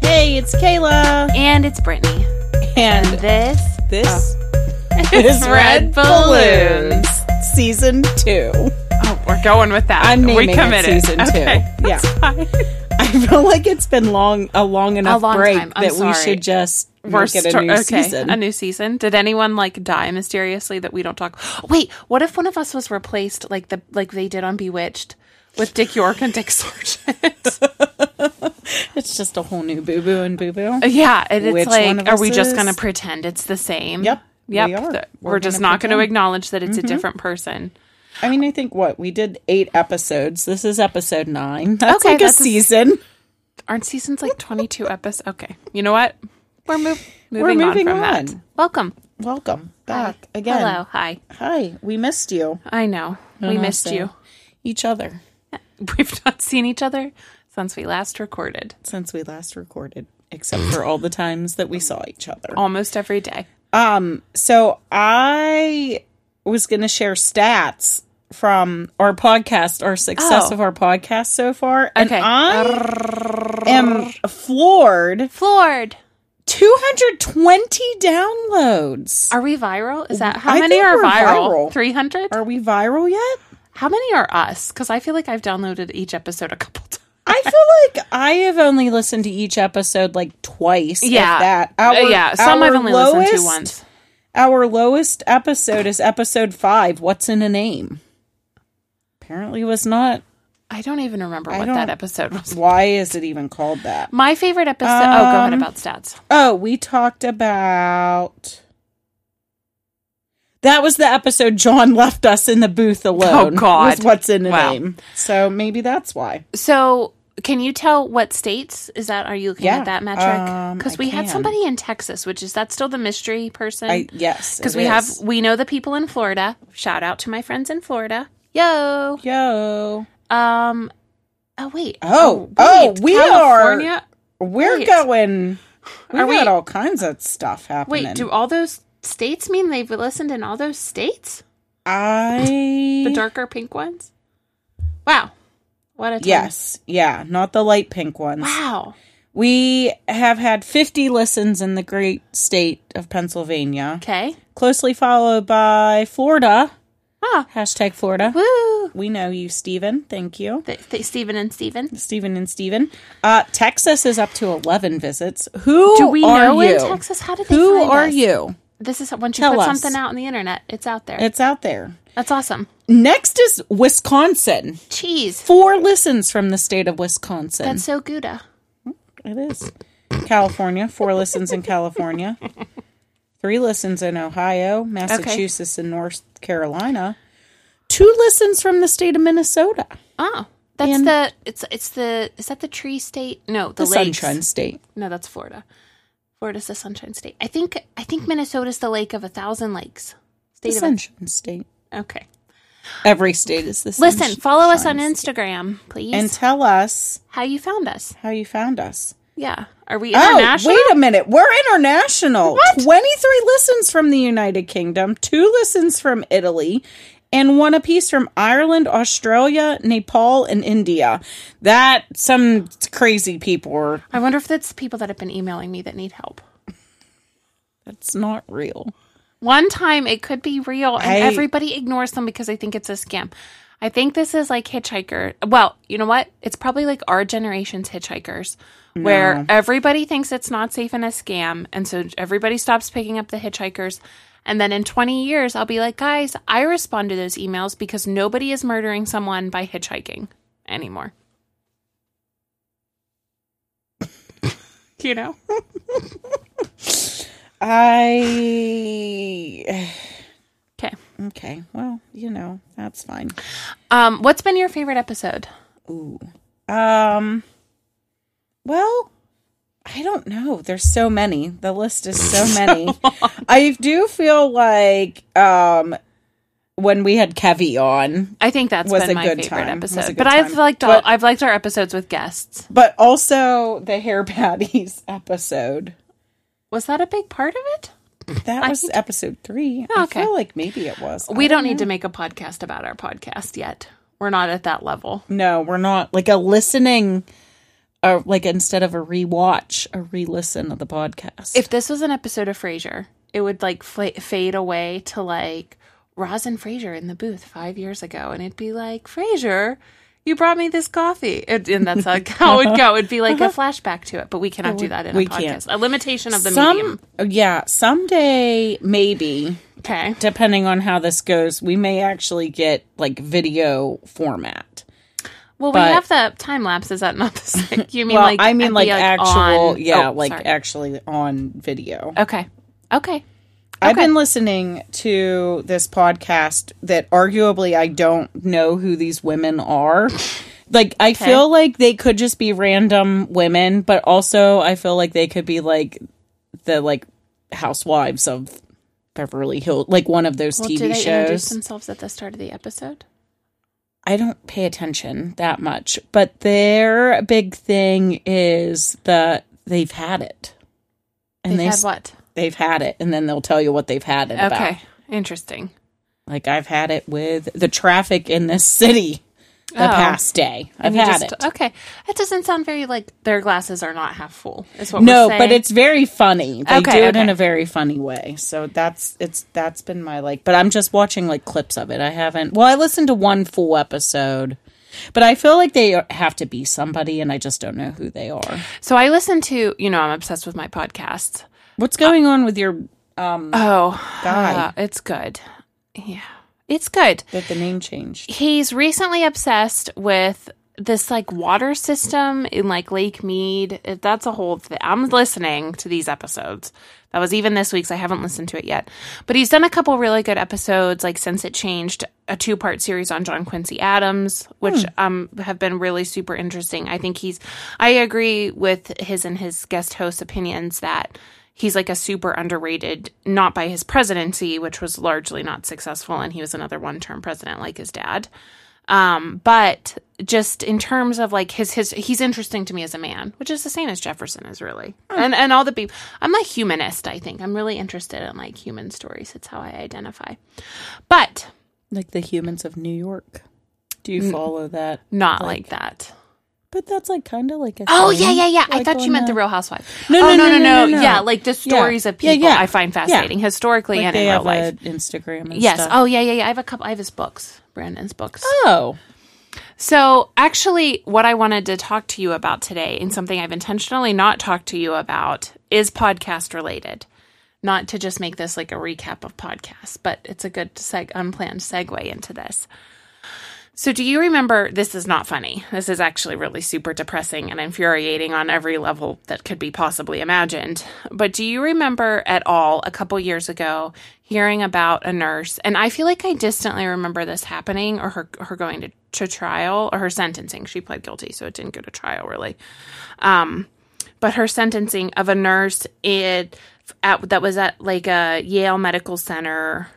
Hey, it's Kayla. And it's Brittany. And this this is is Red Balloons Season 2. Oh, we're going with that. I'm naming we committed. it Season 2. Okay. Yeah. I feel like it's been long a long enough long break time. I'm that we sorry. should just We're make it a sto- new okay, season. a new season. Did anyone like die mysteriously that we don't talk? Wait, what if one of us was replaced like the like they did on Bewitched with Dick York and Dick Sargent? it's just a whole new boo boo and boo boo. yeah, and it's Which one like, of are us we just is? gonna pretend it's the same? Yep, we are. yep. th- We're, Mm-hmm. We're just gonna not going to pretend. acknowledge that it's a different person. I mean, I think what we did eight episodes. This is episode nine. That's Okay, like that's a a- season. Aren't seasons like twenty two episodes? Okay, you know what? We're mov- moving. moving on from that. on. Welcome Welcome back again. Hello, hi. Hi, we missed you. I know. we missed also- you. Each other We've not seen each other since we last recorded. since we last recorded, except for all the times that we saw each other. Almost every day. Um, so I was going to share stats from our podcast, our success Oh. of our podcast so far, and Okay. I am floored. Floored. Two hundred twenty downloads. Are we viral? Is that how I many think are we're viral? viral. 300? Are we viral yet? How many are us? Cuz I feel like I've downloaded each episode a couple times. I feel like I have only listened to each episode like twice. if Yeah. that. Uh, yeah, some I've our only listened to lowest- once. Our lowest episode is episode five. What's in a name? Apparently, was not. I don't even remember I what don't- that episode was. Why is it even called that? My favorite episode. oh, go ahead Um, about stats. Oh, we talked about. That was the episode John left us in the booth alone. Oh, God. was what's in a Wow. name? So maybe that's why. So, can you tell what states is that? Are you looking Yeah, at that metric? um, Because I we had can. somebody in Texas, which is that still the mystery person? I yes, Because it we have is. we know the people in Florida. Shout out to my friends in Florida. Yo. yo. Um. Oh wait. Oh, oh, wait. we are- California. We're Right. going. We've Are we- got all kinds of stuff happening. Wait. Do all those states mean they've listened in all those states? I The darker pink ones. Wow. What a time. Yes, yeah, not the light pink ones. Wow. We have had 50 listens in the great state of Pennsylvania, Okay. closely followed by Florida. Ah. Hashtag Florida. Woo. We know you, Steven. Thank you. Th- th- Steven and Steven. Steven and Steven. Uh, Texas is up to 11 visits. Who Do we are know you? in Texas? How did they Who find are us? you? This is once you Tell put us. something out on the internet, it's out there. It's out there. That's awesome. Next is Wisconsin. Cheese. Four listens from the state of Wisconsin. That's so gouda. It is. California, four listens in California, three listens in Ohio, Massachusetts, and North Carolina, two listens from the state of Minnesota, Oh, that's And- the it's it's the is that the tree state? No, the, the lakes. Sunshine State. No, that's Florida. Florida's the sunshine state. I think I think Minnesota's the lake of a thousand lakes. The State of Sunshine State. a, okay. Every state is the sunshine. Listen, follow us on Instagram, please. and tell us how you found us? how you found us. Yeah, are we Oh, international? wait a minute. We're international. 23 listens from the United Kingdom, two listens from Italy, and one apiece from Ireland, Australia, Nepal, and India. That some crazy people are. I wonder if that's people that have been emailing me that need help. That's not real. One time it could be real, and I- everybody ignores them because they think it's a scam. I think this is like Hitchhiker. Well, you know what? It's probably like our generation's Hitchhikers, where everybody thinks it's not safe and a scam. And so everybody stops picking up the Hitchhikers. And then in 20 years, I'll be like, guys, I respond to those emails because nobody is murdering someone by hitchhiking anymore. you know? I. Okay. Okay. Well, you know, that's fine. Um, what's been your favorite episode? Ooh. Um. Well, I don't know. There's so many. The list is so many. I do feel like um when we had Kevy on, I think that's was been a my good favorite time. Was a episode. good But I've time. liked all, But- I've liked our episodes with guests. but also the hair patties episode. Was that a big part of it? That was episode three. Oh, I okay. feel like maybe it was. We don't need to make a podcast about our podcast yet. We're not at that level. No, we're not like a listening a like instead of a rewatch, a re-listen of the podcast. If this was an episode of Frasier, it would like f- fade away to like Roz and Frasier in the booth five years ago, and it'd be like Frasier. You brought me this coffee, It- and that's like how it would go. It'd be like a flashback to it, but we cannot do that in Oh, we a podcast. can't. A limitation of the medium. Some yeah, someday maybe Okay, depending on how this goes, we may actually get like video format. well, but- we have the time lapse. Is that not the same? You mean well, like I mean the, like, actual on- yeah, oh, like sorry. actually on video. okay, okay. I've been listening to this podcast that arguably I don't know who these women are. Like I feel like they could just be random women, but also I feel like they could be like the like housewives of Beverly Hills, like one of those Well, do TV they introduce shows. themselves at the start of the episode? I don't pay attention that much, but their big thing is that they've had it. And They've they had s- what? they've had it and then they'll tell you what they've had it about. Okay, interesting. Like I've had it with the traffic in this city the Oh. past day. I've You had just- it. Okay, that doesn't sound very like their glasses are not half full. Is what No, we're saying. but it's very funny. They Okay, do it in okay. a very funny way. So that's it's that's been my like but I'm just watching like clips of it. I haven't well, I listened to one full episode. But I feel like they have to be somebody and I just don't know who they are. so I listen to you know I'm obsessed with my podcasts. What's going on with your um Oh, Guy. uh, it's good. Yeah, it's good. that the name changed? He's recently obsessed with this like water system in like Lake Mead. It- That's a whole thing. I'm listening to these episodes. That was even this week's. I haven't listened to it yet. But he's done a couple really good episodes like since it changed a two part series on John Quincy Adams, which um have been really super interesting. I think he's I agree with his and his guest host opinions that he's like a super underrated not by his presidency which was largely not successful and he was another one term president like his dad um but just in terms of like his his he's interesting to me as a man which is the same as jefferson is really Hmm. and and all the people i'm a humanist i think i'm really interested in like human stories it's how i identify but Like the humans of New York. Do you follow that? not like, that But that's like kind of like a oh thing, yeah yeah yeah i like thought you on meant the- the real housewives No, no, oh, no, no, no, yeah no. like the stories of Yeah, people yeah. i find fascinating historically like and they in real have life a uh, Instagram. And Yes. stuff. Oh, yeah, yeah, yeah. I have a couple. I have his books, Brandon's books. Oh, So, actually, what I wanted to talk to you about today, and something I've intentionally not talked to you about, is podcast related. Not to just make this like a recap of podcasts, but it's a good seg- unplanned segue into this. So, do you remember? This is not funny. This is actually really super depressing and infuriating on every level that could be possibly imagined. But do you remember at all a couple years ago hearing about a nurse? And I feel like I distantly remember this happening or her, her going to, to trial or her sentencing. She pled guilty, so it didn't go to trial really. Um, but her sentencing of a nurse it, at, that was at like a Yale Medical Center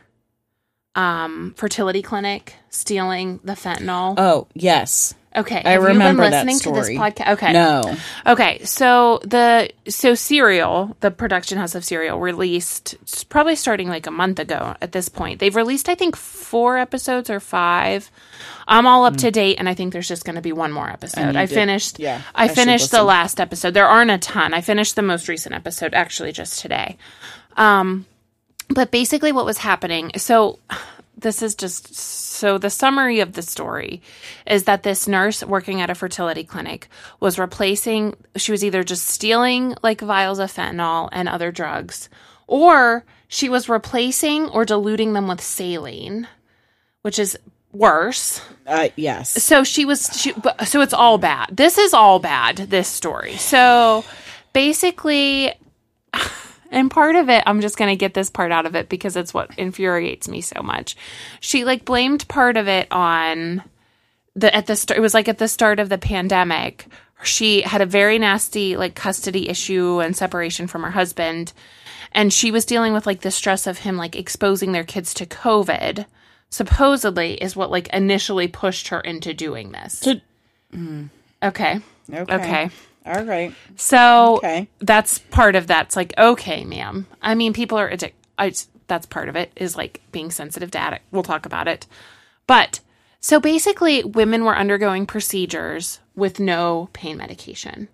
um, fertility clinic stealing the fentanyl. oh yes. Okay, I have remember you that been listening to this story. podcast? Okay, No. okay. So the so Serial, the production house of Serial, released it's probably starting like a month ago. At this point, they've released I think four episodes or five. I'm all Mm. up to date, and I think there's just going to be one more episode. I, to- finished. yeah, I, I should finished the listen. last episode. There aren't a ton. I finished the most recent episode actually just today. Um, but basically, what was happening? So this is just so the summary of the story is that this nurse working at a fertility clinic was replacing she was either just stealing like vials of fentanyl and other drugs or she was replacing or diluting them with saline which is worse Uh, yes. so she was she, but- so it's all bad this is all bad this story so basically and part of it i'm just going to get this part out of it because it's what infuriates me so much she like blamed part of it on the at the start it was like at the start of the pandemic she had a very nasty like custody issue and separation from her husband and she was dealing with like the stress of him like exposing their kids to covid supposedly is what like initially pushed her into doing this To- okay Okay. okay All right. so Okay. that's part of that's like okay, ma'am. I mean, people are addicted. That's part of it is like being sensitive to addict. We'll talk about it, but so basically, women were undergoing procedures with no pain medication.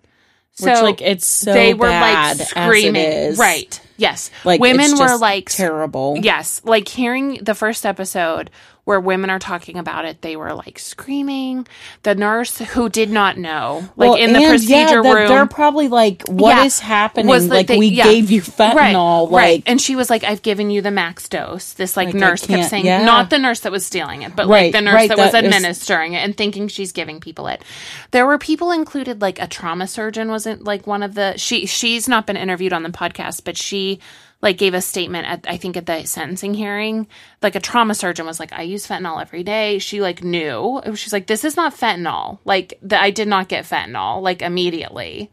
So Which, like, it's so they were bad like screaming, as it is. right? Yes, Like women it's were just like terrible. Yes, like hearing the first episode where women are talking about it, they were like screaming. The nurse who did not know, like in the and, procedure that room, They're probably like, "What is Yeah. happening? Was that like, they- we yeah. gave you right, fentanyl. right. Like, And she was like, "I've given you the max dose." This like, I nurse kept can't- saying, yeah. not the nurse that was stealing it, but Right, like the nurse right, that, was that is- administering it and thinking she's giving people it. There were people included, like a trauma surgeon wasn't like one of the she. She's not been interviewed on the podcast, but she like gave a statement at I think at the sentencing hearing. Like a trauma surgeon was like, I use fentanyl every day. She like knew she's like, this is not fentanyl. Like the, I did not get fentanyl like immediately.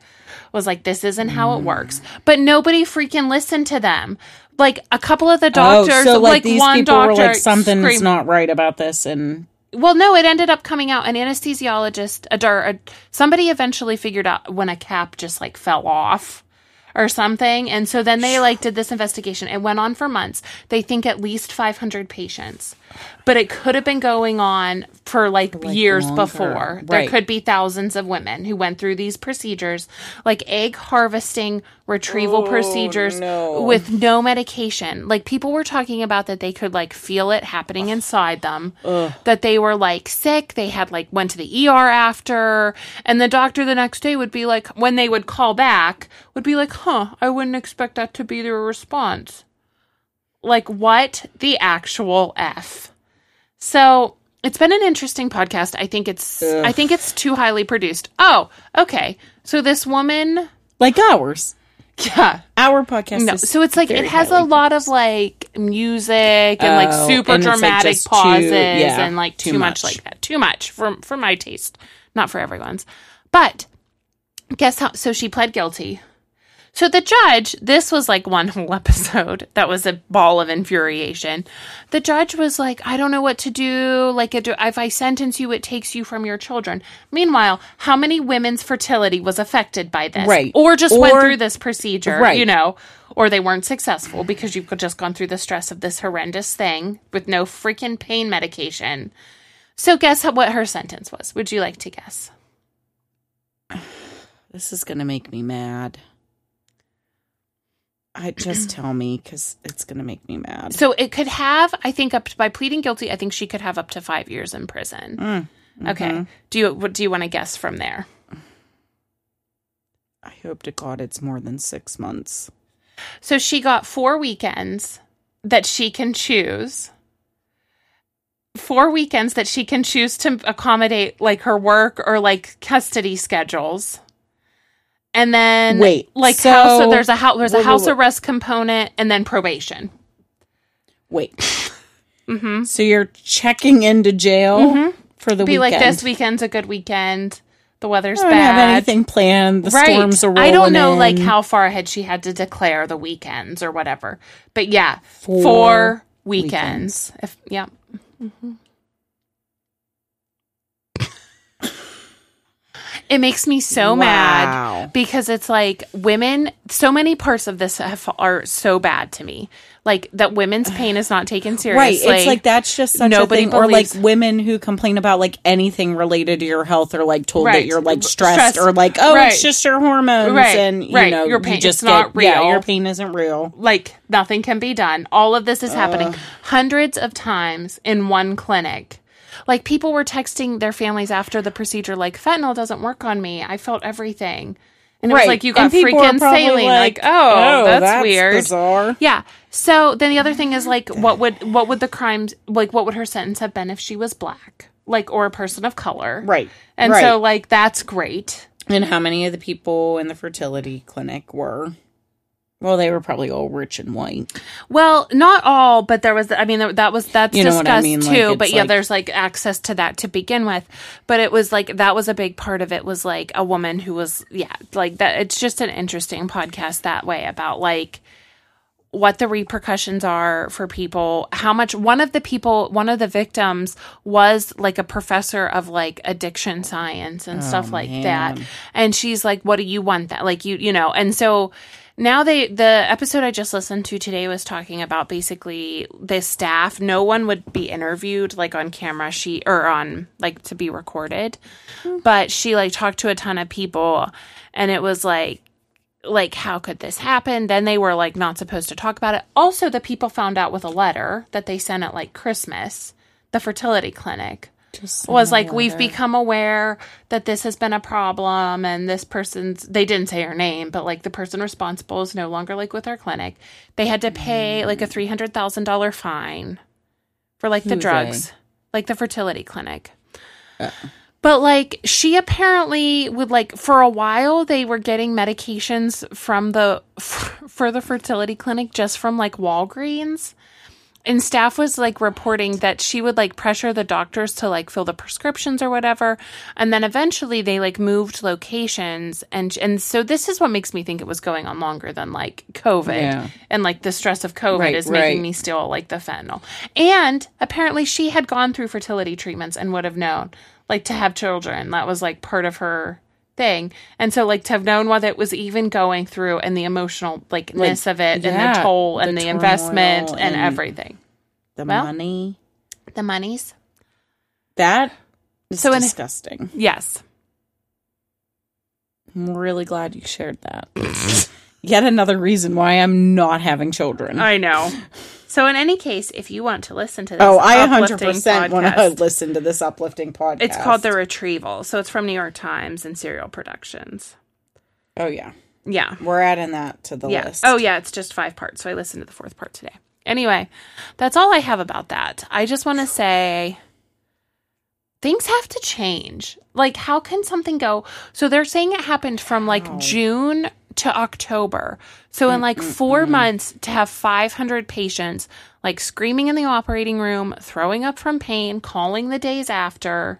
Was like, this isn't how it works. But nobody freaking listened to them. Like a couple of the doctors, oh, so like, like, these one people doctor were like, "Something's screamed- not right about this," and well, no, it ended up coming out. An anesthesiologist, a, dar- a somebody eventually figured out when a cap just like fell off or something, and so then they like did this investigation. It went on for months. They think at least 500 patients, but it could have been going on for like, years longer. before. Right. There could be thousands of women who went through these procedures, like egg harvesting, retrieval procedures no. with no medication. Like people were talking about that they could like feel it happening inside them. That they were like sick. They had like went to the ER after, and the doctor the next day would be like, when they would call back, would be like, "Huh, I wouldn't expect that to be their response." Like what the actual f? So it's been an interesting podcast. I think it's I think it's too highly produced. Oh, okay. So this woman, like ours, yeah, our podcast. no. is So it's like it very has a highly lot of like music and Oh, like super and it's, like, dramatic just too- pauses yeah, and like too too, much. much. like that. Too much for for my taste, not for everyone's. But guess how? So she pled guilty. So the judge, this was like one whole episode that was a ball of infuriation. The judge was like, I don't know what to do. Like, it- if I sentence you, it takes you from your children. Meanwhile, how many women's fertility was affected by this? Right. Or just went Or- through this procedure, Right. you know, or they weren't successful because you've just gone through the stress of this horrendous thing with no freaking pain medication. So guess how, what her sentence was? Would you like to guess? This is gonna make me mad. I just tell me because it's gonna make me mad. So it could have, I think, up to, by pleading guilty, I think she could have up to five years in prison. Okay. Do you what do you want to guess from there? I hope to God it's more than six months. So she got four weekends that she can choose. Four weekends that she can choose to accommodate like her work or like custody schedules. And then Wait, like so- house there's a house there's Wait, a wait, house wait. arrest component and then probation. Wait. So you're checking into jail for the Mm-hmm. Be weekend. like this weekend's a good weekend. The weather's I don't bad. have anything planned. The storms are rolling. I don't know like in. how far ahead she had to declare the weekends or whatever. But yeah, four, weekends. If yeah. Mm-hmm. It makes me so Wow. mad because it's like women. So many parts of this have, are so bad to me, like that women's pain is not taken Right, seriously. it's like that's just such nobody a thing, or like believes- women who complain about like anything related to your health, or like told that Right. you're like B- stressed, stressed. or like oh, Right. it's just your hormones, Right, and you right, know your you pain- just it's not get- Yeah, real. your pain isn't real. like nothing can be done. All of this is happening hundreds of times in one clinic. Like people were texting their families after the procedure, like fentanyl doesn't work on me. I felt everything, and it Right. was like you And got people were freaking probably saline. like, Like, oh, "Oh, that's, that's weird, bizarre." Yeah. So then the other thing is like, what would what would the crimes like? What would her sentence have been if she was black, like or a person of color? Right. And Right. so like that's great. And how many of the people in the fertility clinic were? Well, they were probably all rich and white. Well, not all, but there was. I mean, there- that was that's You know discussed what I mean, like, too. it's but yeah, like- there's like access to that to begin with. But it was like that was a big part of it. Was like a woman who was yeah, like that. It's just an interesting podcast that way about like what the repercussions are for people how much one of the people one of the victims was like a professor of like addiction science and stuff like that and she's like what do you want that like you you know and so now they the episode i just listened to today was talking about basically the staff no one would be interviewed like on camera she or on like to be recorded but she like talked to a ton of people and it was like like how could this happen then they were like not supposed to talk about it also the people found out with a letter that they sent at like christmas the fertility clinic Just was like we've become aware that this has been a problem and this person's they didn't say her name but like the person responsible is no longer like with our clinic they had to pay like a $300000 fine for like the Who drugs like the fertility clinic but like she apparently would like for a while they were getting medications from the for the fertility clinic just from like Walgreens. And staff was like reporting that she would like pressure the doctors to like fill the prescriptions or whatever. And then eventually they like moved locations and and so this is what makes me think it was going on longer than like COVID. Yeah. And like the stress of COVID Right, is making right. me still like the fentanyl. And apparently she had gone through fertility treatments and would have known like to have children. That was like part of her thing. And so like to have known what it was even going through and the emotional like ness of it and the yeah, toll the and the, investment turmoil and, and- everything. the well- money The monies? that is So in- disgusting. Yes. I'm really glad you shared that. Yet another reason why I'm not having children. I know. So in any case, if you want to listen to this oh, I uplifting 100% want to podcast, listen to this uplifting podcast. It's called The Retrieval. So it's from New York Times and Serial Productions. Oh yeah, Yeah. we're adding that to the Yeah. list. Oh, yeah. It's just five parts. So I listened to the fourth part today. Anyway, that's all I have about that. I just want to say things have to change. Like, how can something go? So they're saying it happened from like June to October. So in like 4 months to have 500 patients like screaming in the operating room, throwing up from pain, calling the days after.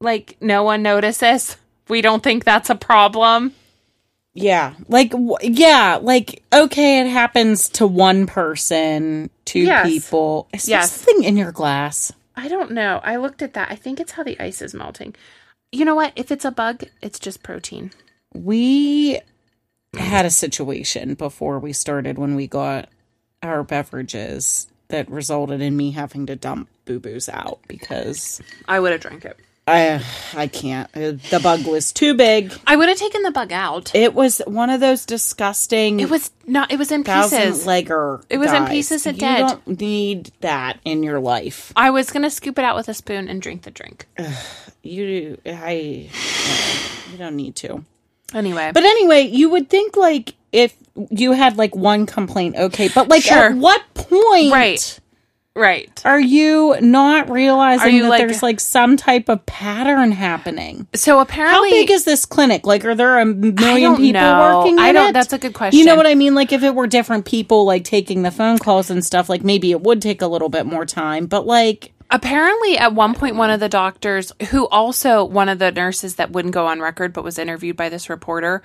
Like, no one notices. We don't think that's a problem. yeah. Like w- yeah, like okay, it happens to one person, two Yes. people. Is there Yes. something in your glass? I don't know. I looked at that. I think it's how the ice is melting. You know what? If it's a bug, it's just protein. We had a situation before we started when we got our beverages that resulted in me having to dump boo boos out because I would have drank it. I I can't. Uh, The bug was too big. I would have taken the bug out. It was one of those disgusting It was not. It was in thousand pieces. legger. It was in guys. pieces and You dead. don't need that in your life. I was gonna scoop it out with a spoon and drink the drink. You I you don't need to. Anyway, But anyway, you would think like if you had like one complaint, okay, but like Sure. at what point Right. right. are you not realizing Are you, that like- there's like some type of pattern happening? So How apparently, big is this clinic? Like, are there a million don't people know. working? I in don't- it? that's a good You know question. what I mean? Like, if it were different people, like taking the phone calls and stuff, like maybe it would take a little bit more time. But like, Apparently, at one point, one of the doctors, who also one of the nurses that wouldn't go on record but was interviewed by this reporter,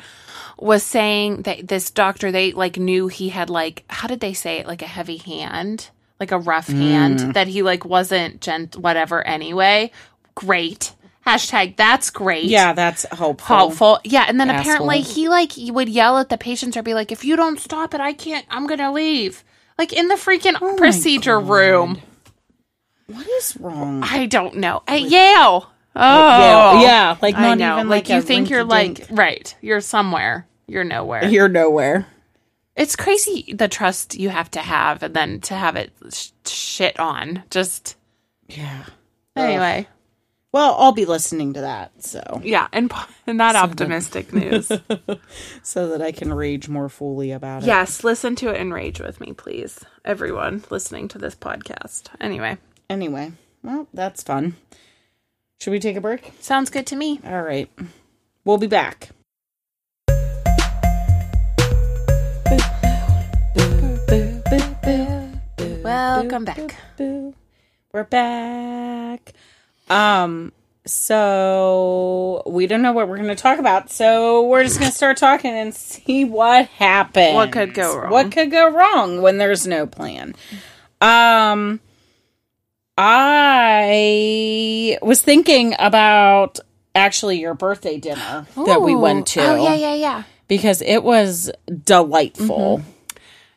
was saying that this doctor, they like knew he had like, how did they say it? Like a heavy hand, like a rough Hmm. hand, that he like wasn't gent, whatever anyway. Great. Hashtag that's great. yeah, that's helpful. Helpful. Yeah. And then apparently Asshole. he like he would yell at the patients or be like, if you don't stop it, I can't, I'm going to leave. Like in the freaking Oh procedure room. What is wrong? I don't know. At Yale. Yeah, Oh. yeah, like I not know. even like, like, you a think you're like rinky-dink. right. You're somewhere. You're nowhere. you're nowhere. it's crazy the trust you have to have and then to have it sh- shit on. Just Yeah. anyway. Well, I'll be listening to that so Yeah, and, po- and not optimistic news. so that I can rage more fully about it. yes, listen to it and rage with me, please. Everyone listening to this podcast. Anyway, Anyway, well, that's fun. Should we take a break? sounds good to me. All right. We'll be back. Welcome back. We're back. Um So we don't know what we're going to talk about. So we're just going to start talking and see what happens. What could go wrong? What could go wrong when there's no plan? Um, I was thinking about actually your birthday dinner that we Ooh. went to Oh yeah, Mm-hmm. yeah, yeah. because it was delightful.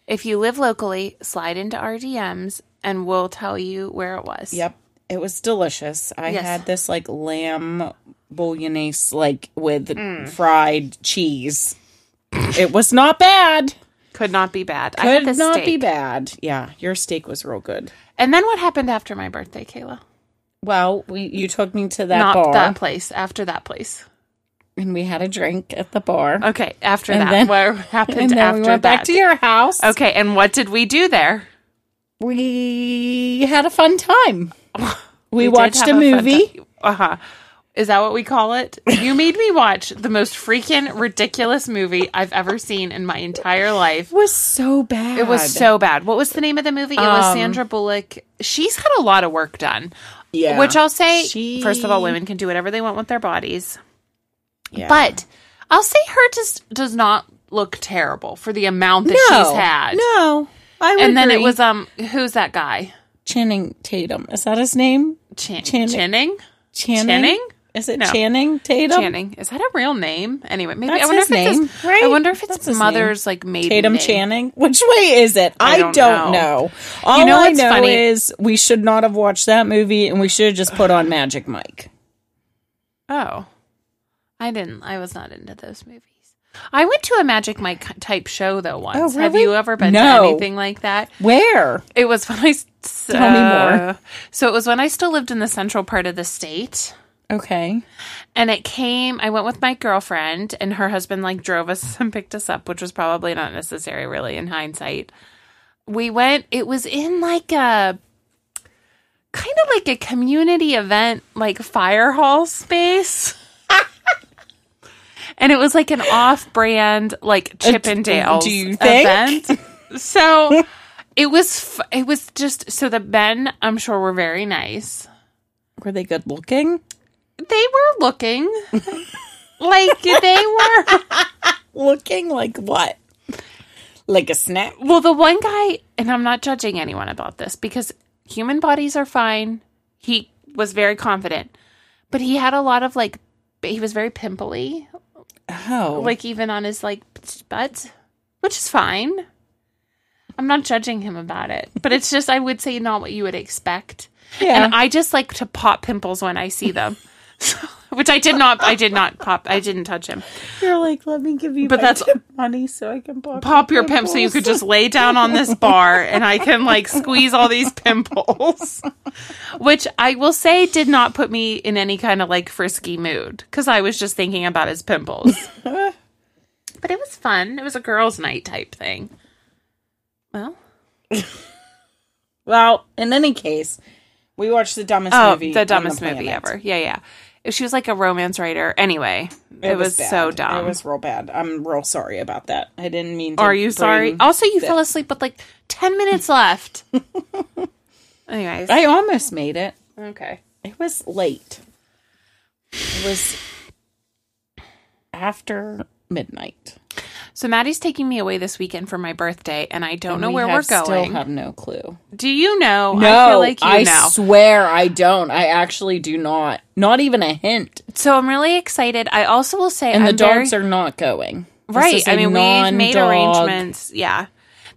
If you live locally, slide into our DMs and we'll tell you where it was. Yep. It was delicious. I Yes. had this like lamb bolognese like with fried cheese. it was not bad. Could not be bad. I had Could the not steak. be bad. Yeah, your steak was real good. And then what happened after my birthday, Kayla? Well, we you took me to that Not bar that place. After that place. and we had a drink at the bar. Okay. After And that. then- what happened And then after we went that? back to your house. okay. And what did we do there? We had a fun time. We, did watched a have fun movie. time. Uh-huh. Is that what we call it? You made me watch the most freaking ridiculous movie I've ever seen in my entire life. It was so bad. It was so bad. What was the name of the movie? It Um, was Sandra Bullock. She's had a lot of work done. yeah. Which I'll say, She- first of all, women can do whatever they want with their bodies. Yeah. But I'll say her just does not look terrible for the amount that she's had. No, I would and then it agree. was um, who's that guy? Channing Tatum. Is that his name? Chan- Channing. Channing. Channing. Channing? Is it No. Channing Tatum? Channing. Is that a real name? Anyway, maybe That's I wonder his if it's name, his, right? I wonder if it's That's his mother's like maiden Tatum name. Channing. Which way is it? I, don't, don't know. know. All You know I what's know funny? is we should not have watched that movie, and we should have just put on Magic Mike. Oh, I didn't. I was not into those movies. I went to a Magic Mike type show though once. Have Oh, really? you ever been No. to anything like that? Where? It was when I s- Tell me more. uh, So it was when I still lived in the central part of the state. Okay. And it came, I went with my girlfriend, and her husband like drove us and picked us up, which was probably not necessary, really, in hindsight. We went, it was in like a kind of like a community event, like fire hall space. and it was like an off brand, like Chippendale do you think? event. So it was, f- it was just, so the men, I'm sure, were very nice Were they good looking? they were looking like they were Looking like what? Like a snack? well the one guy and i'm not judging anyone about this because human bodies are fine he was very confident but he had a lot of like he was very pimply Oh, like even on his like butt which is fine i'm not judging him about it but it's just i would say not what you would expect yeah. And I just like to pop pimples when I see them. Which I did not I did not pop I didn't touch him. You're like, let me give you But my that's- tip money so I can pop, pop your pimp so you could just lay down on this bar and I can like squeeze all these pimples. Which I will say did not put me in any kind of like frisky mood because I was just thinking about his pimples. but it was fun. It was a girls' night type thing. Well, Well, in any case, we watched the dumbest oh, movie. the on dumbest planet. movie ever. Yeah, yeah. She was like a romance writer. Anyway, it, was, bad. so dumb. It was real bad. I'm real sorry about that. I didn't mean. to Are you sorry? bring- Also, you fell asleep with like 10 minutes left. Anyways. I almost made it. okay. It was late. It was after midnight. So Maddie's taking me away this weekend for my birthday, and I don't know We where have- we're going. Still have no clue. Do you know? No, I feel like you I know. swear I don't. I actually do not. Not even a hint. so I'm really excited. I also will say, And I'm the very, dogs are not going. This right. is I a mean, we've made non-dog- arrangements. Yeah,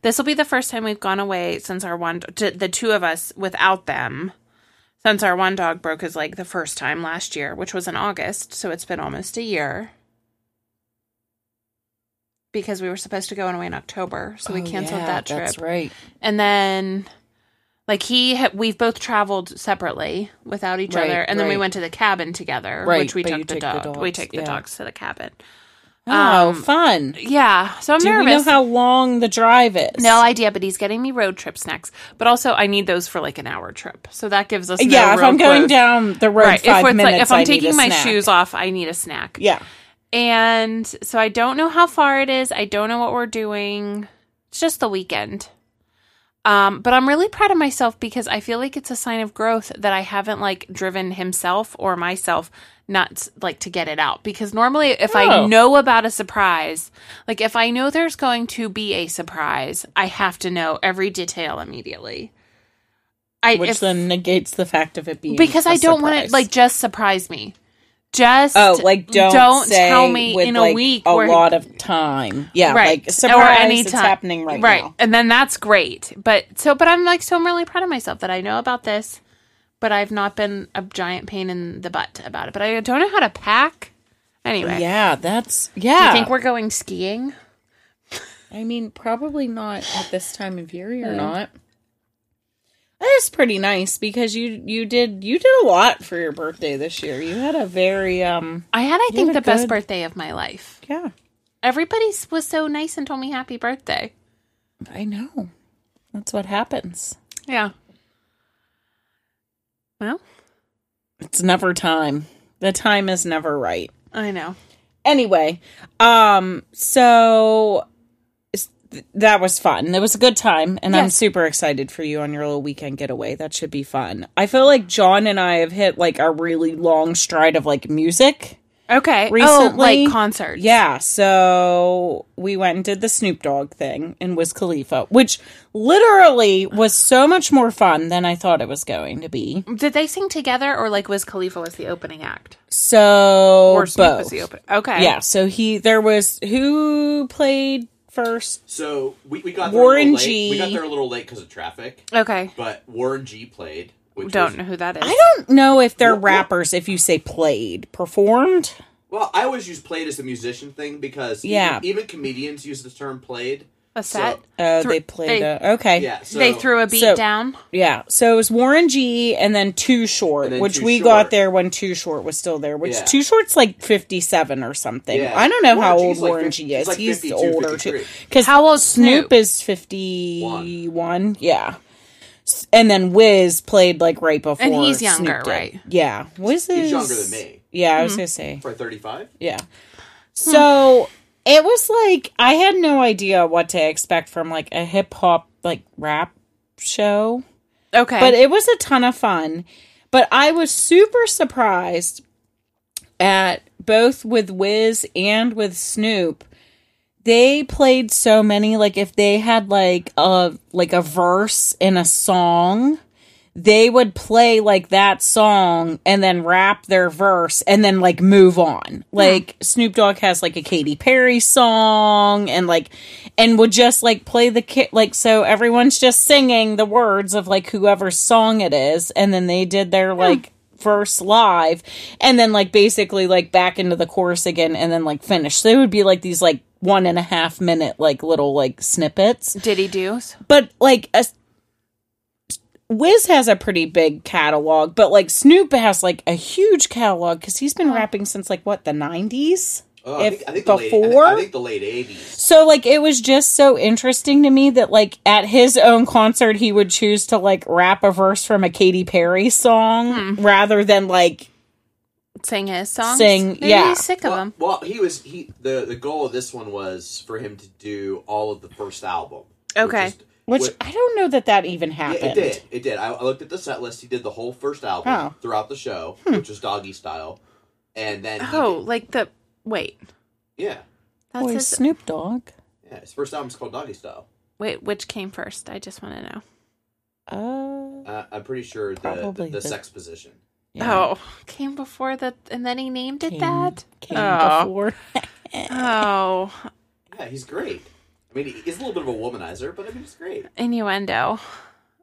this will be the first time we've gone away since our one, t- the two of us without them, since our one dog broke his leg the first time last year, which was in August. So it's been almost a year. Because we were supposed to go away in October, so we Oh, canceled yeah, that trip. That's right. and then like he ha- we've both traveled separately without each Right, other and then we right. went to the cabin together Right, which we but you took the take the dog we dogs, take yeah. the dogs to the cabin Oh, Um, fun. yeah so i'm Do we know nervous how long the drive is? no idea but he's getting me road trips next but also i need those for like an hour trip so that gives us no Uh, Yeah, if real I'm going clues. down the road right five if, it's minutes, like, if I i'm need a taking my snack. shoes off i need a snack Yeah. and so i don't know how far it is i don't know what we're doing it's just the weekend Um, but I'm really proud of myself because I feel like it's a sign of growth that I haven't like driven himself or myself not like to get it out. Because normally, if I Oh. know about a surprise, like if I know there's going to be a surprise, I have to know every detail immediately. I which if, then negates the fact of it being because I I don't want it like just surprise me. Just oh like don't say tell me with, in a like, week a or- lot of time yeah like surprise it's time. happening right, right now and then that's great but so but i'm like so i'm really proud of myself that i know about this but i've not been a giant pain in the butt about it but i don't know how to pack anyway yeah that's do yeah you think we're going skiing I mean, probably not at this time of year. Hmm. You're not. That is pretty nice because you you did you did a lot for your birthday this year. You had a very um i had i think had the a best good- birthday of my life yeah everybody s- was so nice and told me happy birthday I know that's what happens. yeah well It's never time. The time is never right. i know Anyway, um, so s- th- that was fun. It was a good time, and I'm Yes. super excited for you on your little weekend getaway. That should be fun. I feel like John and I have hit like a really long stride of like music. okay oh Recently- like concerts Yeah, so we went and did the Snoop Dogg thing in Wiz Khalifa, which literally was so much more fun than I thought it was going to be. did they sing together or like was khalifa was the opening act So or Snoop both. was the open okay Yeah, so he there was who played first? So we, we got Warren there a little G. Late. We got there a little late because of traffic, okay but Warren G played. Which Don't was- know who that is. I don't know if they're Wha- wha- rappers if you say played, performed. Well, I always use played as a musician thing because even- Yeah. even, comedians use the term played. a set. Oh, Thr- they played they- a, okay. Yeah, so they threw a beat so- down. Yeah. So it was Warren G and then Too Short, And then which Too we Short. got there when Too Short was still there, which Yeah. Too Short's like 57 or something. Yeah. I don't know how Warren old G's like Warren fif- G he's is. like He's 52, older too. 53. Because How old Snoop Snoop? is 51. Yeah. S- And then Wiz played like right before. he's Snoop younger, did. right? Mm-hmm. Yeah. Wiz is. He's younger than me, Yeah, I was going to say. probably thirty-five. Yeah. So it was like I had no idea what to expect from like a hip hop like rap show, Okay. but it was a ton of fun. But I was super surprised at both with Wiz and with Snoop. They played so many like if they had like a like a verse in a song, they would play like that song and then rap their verse and then like move on. Like Snoop Dogg has like a Katy Perry song and like and would just like play the ki- like so everyone's just singing the words of like whoever's song it is and then they did their like verse live and then like basically like back into the chorus again and then like finish. So it would be like these like one and a half minute like little like snippets Diddy do's. but like a Wiz has a pretty big catalog, but like Snoop has like a huge catalog because he's been rapping since like what the nineties. Oh, I If think, I think the late, I before- think, I think the late eighties. So like it was just so interesting to me that like at his own concert he would choose to like rap a verse from a Katy Perry Hmm. song rather than like Sing his songs. Sing, Maybe yeah. He's sick of Well, them. well, he was he the the goal of this one was for him to do all of the first album. which Okay. is- which what- I don't know that that even Yeah, happened. it did. It did. I, I looked at the set list. He did the whole first album Oh. throughout the show, Hmm. which was doggy style, and then he Oh, like the wait. did- yeah, That's Boy, his, Snoop Dogg. yeah. His first album's called Doggy Style. wait. Which came first? I just want to know. Uh, Uh, I'm pretty sure the Probably the, the the- sex position. yeah, Oh, came before the, and then he named it came- that. came oh. before. oh, Yeah, he's great. I mean, he's a little bit of a womanizer, but I mean, he's great. innuendo.